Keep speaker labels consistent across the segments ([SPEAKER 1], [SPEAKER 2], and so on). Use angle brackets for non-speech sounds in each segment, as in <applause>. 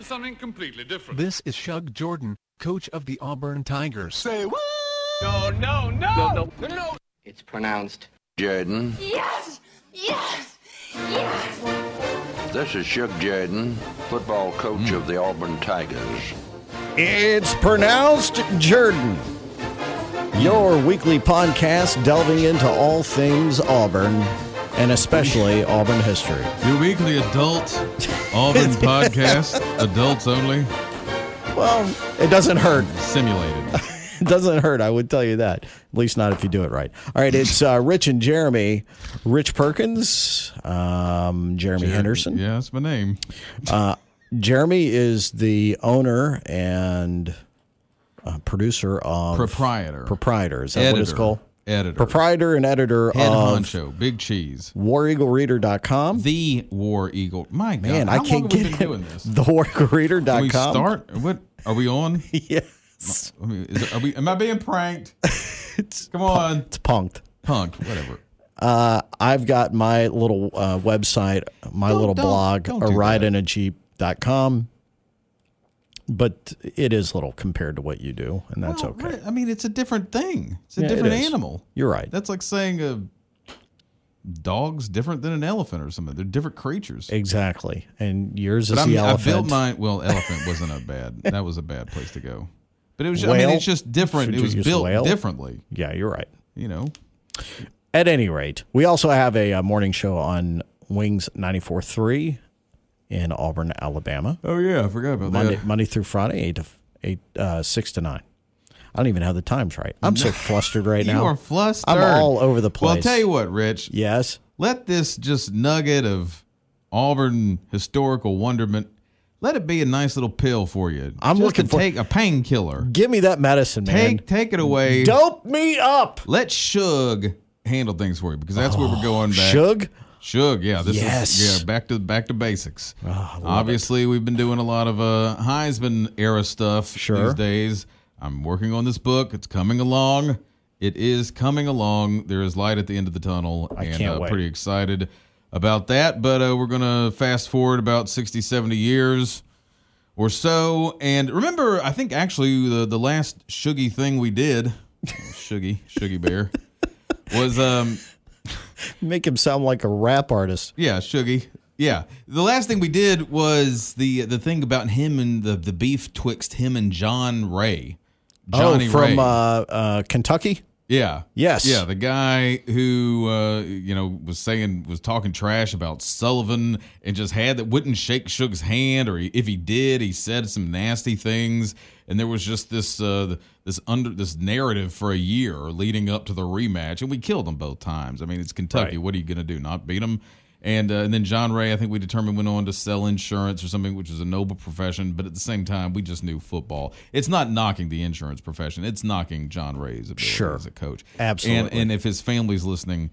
[SPEAKER 1] something completely different.
[SPEAKER 2] This is Shug Jordan, coach of the Auburn Tigers.
[SPEAKER 3] Say what?
[SPEAKER 4] No, no, no, no, no, no.
[SPEAKER 5] It's pronounced
[SPEAKER 6] Jordan.
[SPEAKER 7] Yes, yes, yes.
[SPEAKER 6] This is Shug Jordan, football coach mm. of the Auburn Tigers.
[SPEAKER 8] It's pronounced Jordan. Your weekly podcast delving into all things Auburn and
[SPEAKER 9] <laughs>
[SPEAKER 8] especially Auburn history.
[SPEAKER 9] Your weekly adult
[SPEAKER 2] <laughs>
[SPEAKER 9] Auburn podcast, adults only.
[SPEAKER 8] Well, it doesn't hurt.
[SPEAKER 9] Simulated.
[SPEAKER 8] it doesn't hurt. I would tell you that. At least not if you do it right. All right, it's uh, Rich and Jeremy. Rich Perkins, um, Jeremy Jer- Henderson.
[SPEAKER 9] Yeah, that's my name.
[SPEAKER 8] uh, Jeremy is the owner and uh, producer of
[SPEAKER 9] proprietor.
[SPEAKER 8] Proprietor is that Editor. what it's called?
[SPEAKER 9] editor,
[SPEAKER 8] proprietor and editor
[SPEAKER 9] Head
[SPEAKER 8] of
[SPEAKER 9] honcho, Big Cheese,
[SPEAKER 8] WarEagleReader.com.
[SPEAKER 9] The War Eagle. My God,
[SPEAKER 8] man, I can't get
[SPEAKER 9] doing this.
[SPEAKER 8] The WarEagleReader.com. Can
[SPEAKER 9] we start? What are we on?
[SPEAKER 8] <laughs> yes.
[SPEAKER 9] I mean, is, are we? Am I being pranked? Come
[SPEAKER 8] <laughs>
[SPEAKER 9] on,
[SPEAKER 8] it's punked.
[SPEAKER 9] Punked. Whatever.
[SPEAKER 8] Uh, I've got my little uh, website, my don't, little don't, blog, don't a ride in a jeep.com but it is little compared to what you do, and that's well, okay. Right.
[SPEAKER 9] I mean, it's a different thing. It's a yeah, different it animal.
[SPEAKER 8] You're right.
[SPEAKER 9] That's like saying a dog's different than an elephant or something. They're different creatures.
[SPEAKER 8] Exactly. And yours
[SPEAKER 9] but
[SPEAKER 8] is
[SPEAKER 9] I mean,
[SPEAKER 8] the elephant.
[SPEAKER 9] I built mine. Well, elephant wasn't a bad. that was a bad place to go. But it was. Whale? I mean, it's just different. Should it was built whale? differently.
[SPEAKER 8] Yeah, you're right.
[SPEAKER 9] You know.
[SPEAKER 8] At any rate, we also have a, a morning show on Wings 94.3 in Auburn, Alabama.
[SPEAKER 9] Oh yeah, I forgot about
[SPEAKER 8] Monday,
[SPEAKER 9] that.
[SPEAKER 8] Monday through Friday, eight to eight, uh, six to nine. I don't even have the times right. I'm so flustered right
[SPEAKER 9] <laughs> you
[SPEAKER 8] now.
[SPEAKER 9] You are flustered.
[SPEAKER 8] I'm all over the place.
[SPEAKER 9] Well, I'll tell you what, Rich.
[SPEAKER 8] Yes.
[SPEAKER 9] Let this just nugget of Auburn historical wonderment. Let it be a nice little pill for you.
[SPEAKER 8] I'm
[SPEAKER 9] just
[SPEAKER 8] looking
[SPEAKER 9] to
[SPEAKER 8] for,
[SPEAKER 9] take a painkiller.
[SPEAKER 8] Give me that medicine,
[SPEAKER 9] man. Take take it away.
[SPEAKER 8] Dope me up.
[SPEAKER 9] Let Shug handle things for you because that's oh, where we're going back.
[SPEAKER 8] Shug.
[SPEAKER 9] Shug, yeah, this
[SPEAKER 8] yes. Ah,
[SPEAKER 9] is yeah back to back to basics. Oh, Obviously, it. we've been doing a lot of uh, Heisman era stuff
[SPEAKER 8] sure.
[SPEAKER 9] these days. I'm working on this book; it's coming along. It is coming along. There is light at the end of the tunnel,
[SPEAKER 8] I
[SPEAKER 9] and
[SPEAKER 8] can't
[SPEAKER 9] uh,
[SPEAKER 8] wait.
[SPEAKER 9] pretty excited about that. But uh, we're gonna fast forward about 60, 70 years or so. And remember, I think actually the the last Shuggy thing we did, Shuggy,
[SPEAKER 8] <laughs>
[SPEAKER 9] Shuggy Bear, was um.
[SPEAKER 8] Make him sound like a rap artist.
[SPEAKER 9] Yeah, Shuggy. Yeah. The last thing we did was the the thing about him and the the beef twixt him and John Ray. Johnny
[SPEAKER 8] oh, from
[SPEAKER 9] Ray.
[SPEAKER 8] Uh, uh, Kentucky.
[SPEAKER 9] Yeah.
[SPEAKER 8] Yes.
[SPEAKER 9] Yeah, the guy who uh, you know was saying was talking trash about Sullivan and just had that wouldn't shake Suge's hand, or he, if he did, he said some nasty things, and there was just this uh, this under this narrative for a year leading up to the rematch, and we killed them both times. I mean, it's Kentucky.
[SPEAKER 8] Right.
[SPEAKER 9] What are you gonna do? Not beat them? And uh, and then John Ray, I think we determined went on to sell insurance or something, which is a noble profession. But at the same time, we just knew football. It's not knocking the insurance profession; it's knocking John Ray's ability
[SPEAKER 8] Sure.
[SPEAKER 9] as a coach.
[SPEAKER 8] Absolutely.
[SPEAKER 9] And and if his family's listening,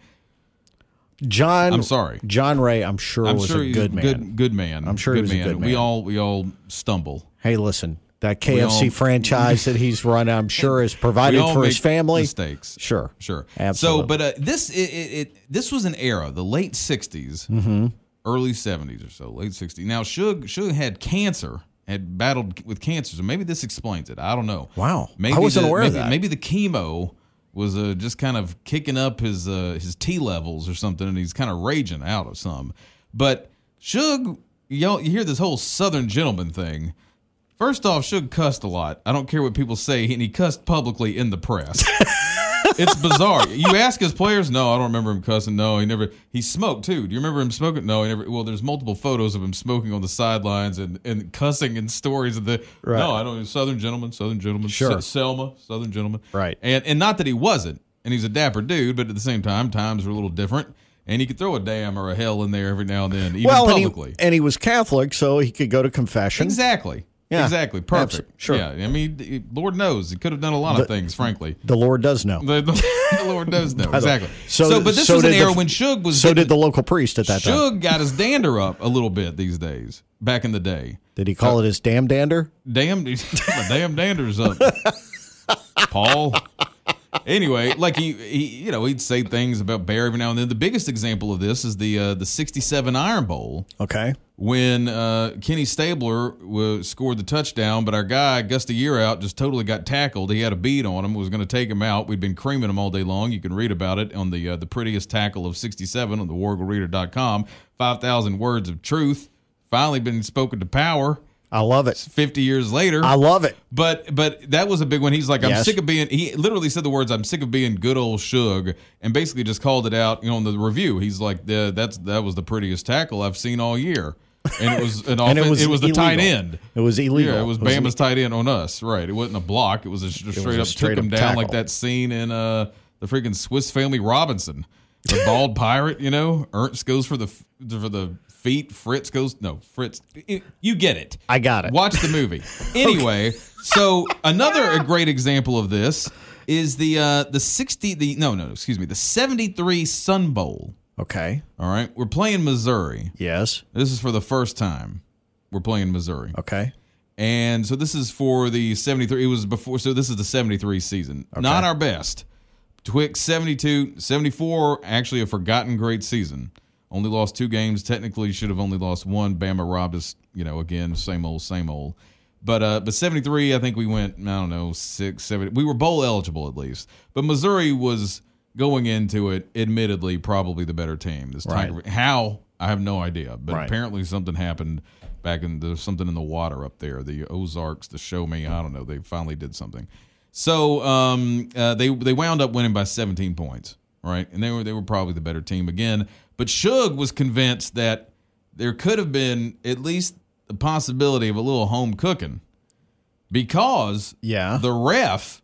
[SPEAKER 8] John,
[SPEAKER 9] I'm sorry.
[SPEAKER 8] John Ray. I'm sure
[SPEAKER 9] I'm
[SPEAKER 8] was
[SPEAKER 9] sure
[SPEAKER 8] a
[SPEAKER 9] he's
[SPEAKER 8] good man.
[SPEAKER 9] Good, good man.
[SPEAKER 8] I'm sure he
[SPEAKER 9] good
[SPEAKER 8] was a
[SPEAKER 9] man.
[SPEAKER 8] good
[SPEAKER 9] We
[SPEAKER 8] man.
[SPEAKER 9] all we all stumble.
[SPEAKER 8] Hey, listen, that
[SPEAKER 9] We all-
[SPEAKER 8] KFC
[SPEAKER 9] <laughs>
[SPEAKER 8] franchise that he's run, I'm sure, is provided
[SPEAKER 9] we all
[SPEAKER 8] for
[SPEAKER 9] make
[SPEAKER 8] his family.
[SPEAKER 9] Mistakes.
[SPEAKER 8] Sure,
[SPEAKER 9] Sure.
[SPEAKER 8] absolutely.
[SPEAKER 9] So, but uh, this it, it, it this was an era, the late '60s,
[SPEAKER 8] Mm-hmm.
[SPEAKER 9] early '70s or so, late '60s. Now, Suge Suge had cancer, had battled with cancer, so maybe this explains it. I don't know.
[SPEAKER 8] Wow.
[SPEAKER 9] Maybe
[SPEAKER 8] I wasn't
[SPEAKER 9] the,
[SPEAKER 8] aware of
[SPEAKER 9] maybe,
[SPEAKER 8] that.
[SPEAKER 9] Maybe the chemo was uh, just kind of kicking up his uh, his T levels or something, and he's kind of raging out of some. But Suge, y'all, you hear this whole Southern gentleman thing. First off, Suge cussed a lot. I don't care what people say, and he cussed publicly in
[SPEAKER 8] <laughs>
[SPEAKER 9] the press. it's bizarre. You ask his players, no, I don't remember him cussing. No, he never. He smoked too. Do you remember him smoking? No, he never. Well, there's multiple photos of him smoking on the sidelines and, and cussing and stories of the.
[SPEAKER 8] Right.
[SPEAKER 9] No, I don't. Southern gentleman, Southern gentleman,
[SPEAKER 8] Sure.
[SPEAKER 9] S- Selma, Southern gentleman.
[SPEAKER 8] Right.
[SPEAKER 9] And and not that he wasn't, and he's a dapper dude, but at the same time, times are a little different, and he could throw a damn or a hell in there every now and then, even
[SPEAKER 8] well, and
[SPEAKER 9] publicly.
[SPEAKER 8] he, and he was Catholic, so he could go to confession.
[SPEAKER 9] Exactly.
[SPEAKER 8] Yeah.
[SPEAKER 9] Exactly.
[SPEAKER 8] Abs-
[SPEAKER 9] Perfect.
[SPEAKER 8] sure.
[SPEAKER 9] Yeah. I mean, he- Lord knows he could have done a lot of
[SPEAKER 8] The-
[SPEAKER 9] things, frankly.
[SPEAKER 8] The Lord does know.
[SPEAKER 9] The, the, the Lord
[SPEAKER 8] <laughs>
[SPEAKER 9] knows no.
[SPEAKER 8] By the way.
[SPEAKER 9] Exactly. So, but this was an
[SPEAKER 8] did the-
[SPEAKER 9] era when Suge was.
[SPEAKER 8] So did the local priest at that time.
[SPEAKER 9] Suge got his dander up a little bit these days. Back in the day,
[SPEAKER 8] Did he call it his damn
[SPEAKER 9] <laughs>
[SPEAKER 8] dander?
[SPEAKER 9] damn, my damn dander's up. Paul. anyway, like he, he, you know, he'd say things about Bear every now and then. The biggest example of this is the uh, the '67 Iron Bowl
[SPEAKER 8] Okay.
[SPEAKER 9] when uh, Kenny Stabler wa scored the touchdown, but our guy Gusty Year out just totally got tackled. He had a beat on him, was going to take him out. We'd been creaming him all day long. You can read about it on the uh, the prettiest tackle of '67 on thewarglereader.com. Five thousand words of truth finally been spoken to power.
[SPEAKER 8] I love it.
[SPEAKER 9] Fifty years later,
[SPEAKER 8] I love it.
[SPEAKER 9] but but that was a big one. He's like, I'm
[SPEAKER 8] Yes.
[SPEAKER 9] sick of being. He literally said the words, "I'm sick of being good old Shug," and basically just called it out. You know, in the review, he's like, the, "That's that was the prettiest tackle I've seen all year," and it was
[SPEAKER 8] <laughs>
[SPEAKER 9] an
[SPEAKER 8] And
[SPEAKER 9] offense. It was, the
[SPEAKER 8] illegal.
[SPEAKER 9] tight end.
[SPEAKER 8] It was illegal.
[SPEAKER 9] Yeah, it was Bama's tight end on us. Right, it wasn't a block. It was a, straight
[SPEAKER 8] a
[SPEAKER 9] up
[SPEAKER 8] straight
[SPEAKER 9] took him
[SPEAKER 8] up
[SPEAKER 9] down like
[SPEAKER 8] tackle.
[SPEAKER 9] that scene in uh the freaking Swiss Family Robinson. The
[SPEAKER 8] <laughs>
[SPEAKER 9] bald pirate, you know, Ernst goes for the f- for the feet. Fritz goes no, Fritz. it- you get it.
[SPEAKER 8] I got it.
[SPEAKER 9] Watch
[SPEAKER 8] <laughs>
[SPEAKER 9] the movie. Anyway, so another great example of this is the uh the 60 the no no excuse me the 73 Sun Bowl.
[SPEAKER 8] Okay.
[SPEAKER 9] All right, we're playing Missouri.
[SPEAKER 8] Yes.
[SPEAKER 9] This is for the first time we're playing Missouri.
[SPEAKER 8] Okay.
[SPEAKER 9] And so this is for the 73. It was before. So this is the 73 season. Not our best. Twix 72, 74, actually a forgotten great season. Only lost two games. Technically should have only lost one. Bama robbed us, you know, again, same old, same old. But uh, but 73, I think we went, I don't know, six, seven. We were bowl eligible at least. But Missouri was going into it, admittedly, probably the better team. This
[SPEAKER 8] Right.
[SPEAKER 9] Tiger- How? I have no idea. But
[SPEAKER 8] Right.
[SPEAKER 9] apparently something happened back in there's something in the water up there. The Ozarks, the Show Me, I don't know. They finally did something. So um, uh, they they wound up winning by 17 points, right? And they were they were probably the better team again. But Shug was convinced that there could have been at least the possibility of a little home cooking because
[SPEAKER 8] Yeah.
[SPEAKER 9] the ref,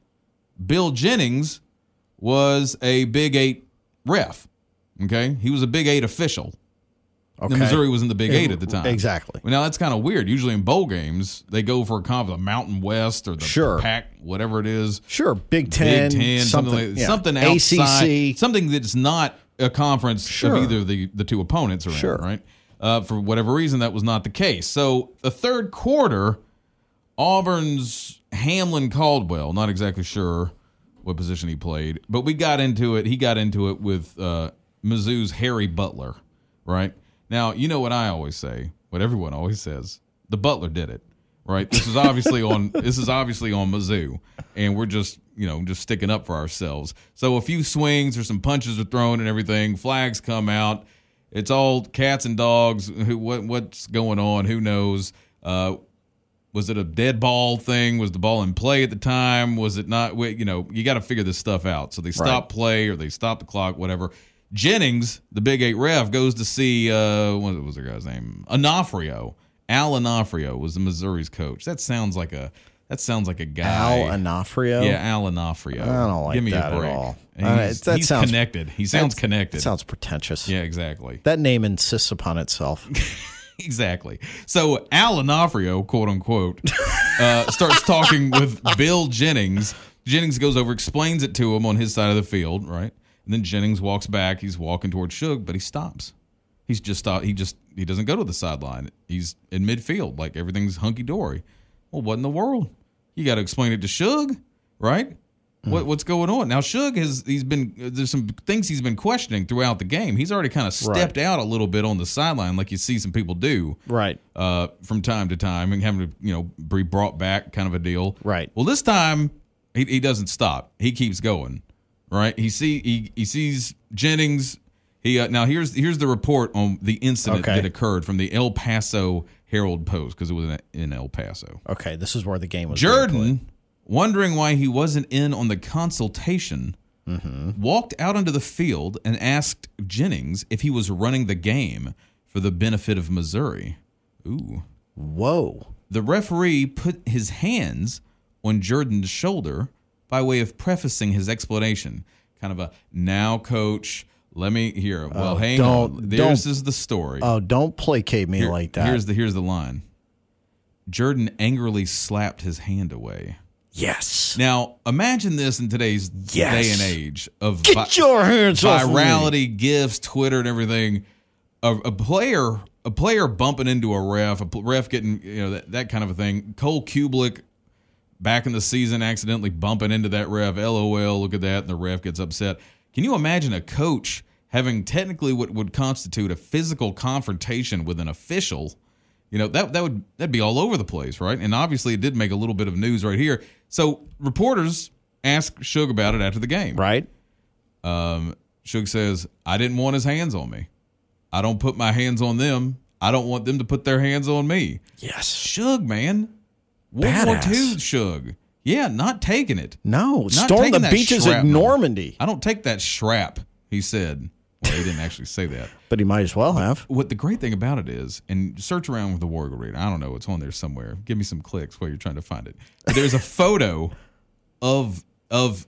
[SPEAKER 9] Bill Jennings, was a Big Eight ref. Okay, he was a Big Eight official.
[SPEAKER 8] Okay.
[SPEAKER 9] And Missouri was in the Big
[SPEAKER 8] It-
[SPEAKER 9] Eight at the time.
[SPEAKER 8] exactly.
[SPEAKER 9] Well, now that's kind of weird. Usually in bowl games, they go for a kind of the Mountain West or the
[SPEAKER 8] Sure.
[SPEAKER 9] Pack, whatever it is.
[SPEAKER 8] Sure. Big Ten.
[SPEAKER 9] Big Ten, something, like,
[SPEAKER 8] yeah.
[SPEAKER 9] something outside,
[SPEAKER 8] ACC.
[SPEAKER 9] something that's not a conference
[SPEAKER 8] Sure.
[SPEAKER 9] of either the the two opponents around,
[SPEAKER 8] Sure.
[SPEAKER 9] right? Uh, for whatever reason, that was not the case. So the third quarter, Auburn's Hamlin Caldwell, not exactly sure what position he played, but we got into it. He got into it with uh, Mizzou's Harry Butler, right? Now you know what I always say, what everyone always says: the Butler did it, right? This is obviously on. <laughs> This is obviously on Mizzou, and we're just you know just sticking up for ourselves. So a few swings or some punches are thrown and everything. Flags come out. It's all cats and dogs. Who what what's going on? Who knows? Uh, was it a dead ball thing? Was the ball in play at the time? Was it not? wait, You know, you got to figure this stuff out. So they stop play or they stop the clock, whatever. Jennings, the Big Eight ref, goes to see uh, what was the guy's name? Onofrio. Al Onofrio was the Missouri's coach. That sounds like a that sounds like a guy.
[SPEAKER 8] Al Onofrio.
[SPEAKER 9] yeah, Al Onofrio.
[SPEAKER 8] I don't like
[SPEAKER 9] Give me
[SPEAKER 8] that
[SPEAKER 9] a
[SPEAKER 8] at
[SPEAKER 9] break.
[SPEAKER 8] all.
[SPEAKER 9] And
[SPEAKER 8] Uh,
[SPEAKER 9] he's,
[SPEAKER 8] that
[SPEAKER 9] he's
[SPEAKER 8] sounds-
[SPEAKER 9] connected. He sounds
[SPEAKER 8] that's-
[SPEAKER 9] connected.
[SPEAKER 8] It sounds pretentious.
[SPEAKER 9] yeah, exactly.
[SPEAKER 8] That name insists upon
[SPEAKER 9] <laughs>
[SPEAKER 8] itself.
[SPEAKER 9] Exactly. So Al Onofrio, quote unquote, uh, starts talking with Bill Jennings. Jennings goes over, explains it to him on his side of the field, right? And then Jennings walks back. He's walking towards Shug, but he stops. He's just stopped. He just he doesn't go to the sideline. He's in midfield, like everything's hunky dory. Well, what in the world? You got to explain it to Shug, right? What, what's going on now? Shug has he's been there's some things he's been questioning throughout the game. He's already kind of stepped out a little bit on the sideline, like you see some people do
[SPEAKER 8] right.
[SPEAKER 9] uh, from time to time and having to, you know, be brought back kind of a deal.
[SPEAKER 8] Right.
[SPEAKER 9] Well, this time he, he doesn't stop. He keeps going. Right. He see he, he sees Jennings. He uh, now here's here's the report on the incident
[SPEAKER 8] Okay.
[SPEAKER 9] that occurred from the El Paso Herald Post because it was in, in El Paso.
[SPEAKER 8] Okay. This is where the game was. being played.
[SPEAKER 9] Jordan, wondering why he wasn't in on the consultation,
[SPEAKER 8] Mm-hmm.
[SPEAKER 9] walked out onto the field and asked Jennings if he was running the game for the benefit of Missouri. Ooh.
[SPEAKER 8] Whoa.
[SPEAKER 9] The referee put his hands on Jordan's shoulder by way of prefacing his explanation. Kind of a now, coach. Let me hear. Well, hang
[SPEAKER 8] Uh, don't-
[SPEAKER 9] on. This
[SPEAKER 8] don't-
[SPEAKER 9] is the story.
[SPEAKER 8] Oh, don't placate me like that.
[SPEAKER 9] Here's the here's the line. Jordan angrily slapped his hand away.
[SPEAKER 8] yes.
[SPEAKER 9] Now, imagine this in today's
[SPEAKER 8] Yes.
[SPEAKER 9] day and age of vi-
[SPEAKER 8] Get your hands off me.
[SPEAKER 9] virality, gifs, Twitter, and everything. A, a player, a player bumping into a ref, a pl- ref getting you know that, that kind of a thing. Cole Kublik back in the season accidentally bumping into that ref. LOL, look at that. And the ref gets upset. Can you imagine a coach having technically what would constitute a physical confrontation with an official? You know, that that would that'd be all over the place, right? And obviously it did make a little bit of news right here. So reporters ask Suge about it after the game.
[SPEAKER 8] right?
[SPEAKER 9] Um, Suge says, I didn't want his hands on me. I don't put my hands on them. I don't want them to put their hands on me.
[SPEAKER 8] Yes.
[SPEAKER 9] Suge, man. World War
[SPEAKER 8] Badass.
[SPEAKER 9] II, Suge. Yeah, not taking it.
[SPEAKER 8] No,
[SPEAKER 9] Not
[SPEAKER 8] storm
[SPEAKER 9] taking
[SPEAKER 8] the
[SPEAKER 9] that
[SPEAKER 8] beaches at
[SPEAKER 9] shrapnel.
[SPEAKER 8] Normandy.
[SPEAKER 9] I don't take that shrap, he said. Well, he didn't actually say that.
[SPEAKER 8] But he might as well have.
[SPEAKER 9] What the great thing about it is, and search around with the Wargle Reader. I don't know, it's on there somewhere. Give me some clicks while you're trying to find it. But there's a photo of of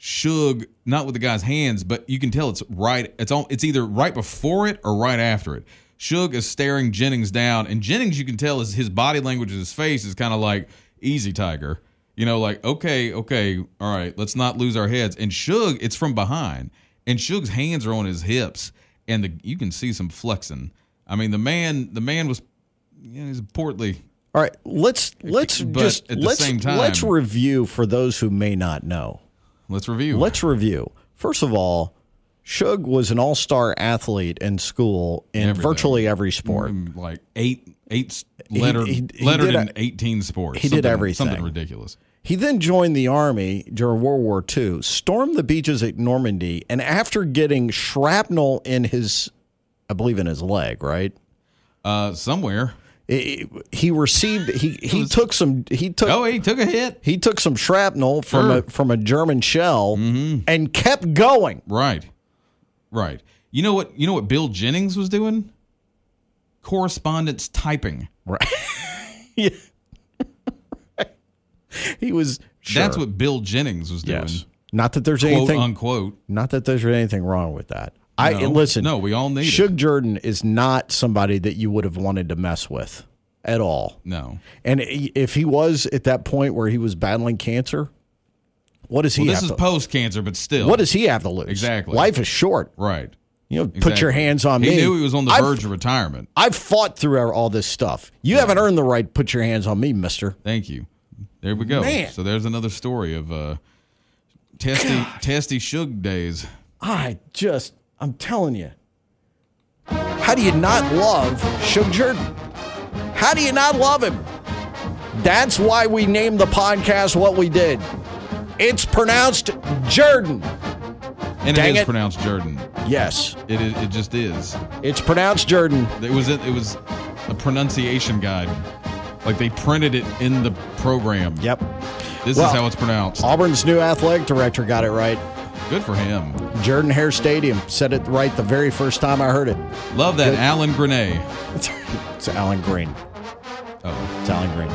[SPEAKER 9] Suge, not with the guy's hands, but you can tell it's right. It's on. It's either right before it or right after it. Suge is staring Jennings down, and Jennings, you can tell, is his body language, and his face is kind of like "easy, Tiger." You know, like okay, okay, all right, let's not lose our heads. And Suge, it's from behind, and Suge's hands are on his hips, and the, you can see some flexing. I mean, the man, the man was, you know, he's portly.
[SPEAKER 8] All right, let's let's
[SPEAKER 9] But
[SPEAKER 8] just
[SPEAKER 9] at the
[SPEAKER 8] let's
[SPEAKER 9] same time-
[SPEAKER 8] let's review for those who may not know.
[SPEAKER 9] Let's review.
[SPEAKER 8] Let's review. First of all, Suge was an all-star athlete in school in
[SPEAKER 9] Everything. Mm-hmm.
[SPEAKER 8] virtually every sport.
[SPEAKER 9] in, like eight eight lettered
[SPEAKER 8] he- he
[SPEAKER 9] lettered
[SPEAKER 8] did
[SPEAKER 9] in
[SPEAKER 8] a-
[SPEAKER 9] eighteen sports.
[SPEAKER 8] he did
[SPEAKER 9] Something-
[SPEAKER 8] everything.
[SPEAKER 9] Something ridiculous.
[SPEAKER 8] He then joined the army during World War II, stormed the beaches at Normandy, and after getting shrapnel in his, I believe in his leg, right?
[SPEAKER 9] Uh, somewhere.
[SPEAKER 8] He- he received he he took some he took
[SPEAKER 9] Oh, he took a hit.
[SPEAKER 8] he took some shrapnel from
[SPEAKER 9] Sure.
[SPEAKER 8] a from a German shell
[SPEAKER 9] Mm-hmm.
[SPEAKER 8] and kept going.
[SPEAKER 9] Right, right. You know what? You know what Bill Jennings was doing? Correspondence typing.
[SPEAKER 8] Right. yeah. he was sure.
[SPEAKER 9] That's what Bill Jennings was doing.
[SPEAKER 8] yes. Not that there's
[SPEAKER 9] Quote
[SPEAKER 8] anything
[SPEAKER 9] unquote.
[SPEAKER 8] not that there's anything wrong with that. I
[SPEAKER 9] No.
[SPEAKER 8] listen.
[SPEAKER 9] No, we all need it.
[SPEAKER 8] Shug Jordan is not somebody that you would have wanted to mess with at all.
[SPEAKER 9] No.
[SPEAKER 8] And i- if he was at that point where he was battling cancer, what does he
[SPEAKER 9] Well, this
[SPEAKER 8] have
[SPEAKER 9] is
[SPEAKER 8] to,
[SPEAKER 9] post cancer, but still.
[SPEAKER 8] What does he have to lose?
[SPEAKER 9] Exactly.
[SPEAKER 8] Life is short.
[SPEAKER 9] Right.
[SPEAKER 8] You know, put your
[SPEAKER 9] Exactly.
[SPEAKER 8] hands on
[SPEAKER 9] he
[SPEAKER 8] me.
[SPEAKER 9] He knew he was on the
[SPEAKER 8] I've-
[SPEAKER 9] verge of retirement.
[SPEAKER 8] I've fought through all this stuff. You haven't earned the right. to Put your hands on me, Mister.
[SPEAKER 9] Thank you. There we go.
[SPEAKER 8] Man.
[SPEAKER 9] So there's another story of uh, testy, testy Shug days.
[SPEAKER 8] I just, I'm telling you. How do you not love Shug Jordan? How do you not love him? That's why we named the podcast what we did. It's pronounced Jordan.
[SPEAKER 9] And
[SPEAKER 8] Dang
[SPEAKER 9] it is
[SPEAKER 8] it.
[SPEAKER 9] pronounced Jordan.
[SPEAKER 8] Yes,
[SPEAKER 9] It, it it just is.
[SPEAKER 8] it's pronounced Jordan.
[SPEAKER 9] It was it, it was a pronunciation guide. Like they printed it in the program.
[SPEAKER 8] Yep.
[SPEAKER 9] This
[SPEAKER 8] Well-
[SPEAKER 9] is how it's pronounced.
[SPEAKER 8] Auburn's new athletic director got it right.
[SPEAKER 9] Good for him.
[SPEAKER 8] Jordan Hare Stadium said it right the very first time I heard it.
[SPEAKER 9] Love that Alan Grenay.
[SPEAKER 8] <laughs> It's Alan Green.
[SPEAKER 9] Oh,
[SPEAKER 8] It's Alan Green.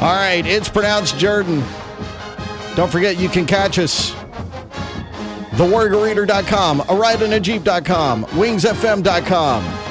[SPEAKER 8] All right, it's pronounced Jordan. Don't forget, you can catch us. TheWarriorReader.com, a ride in a jeep.com, wingsfm.com.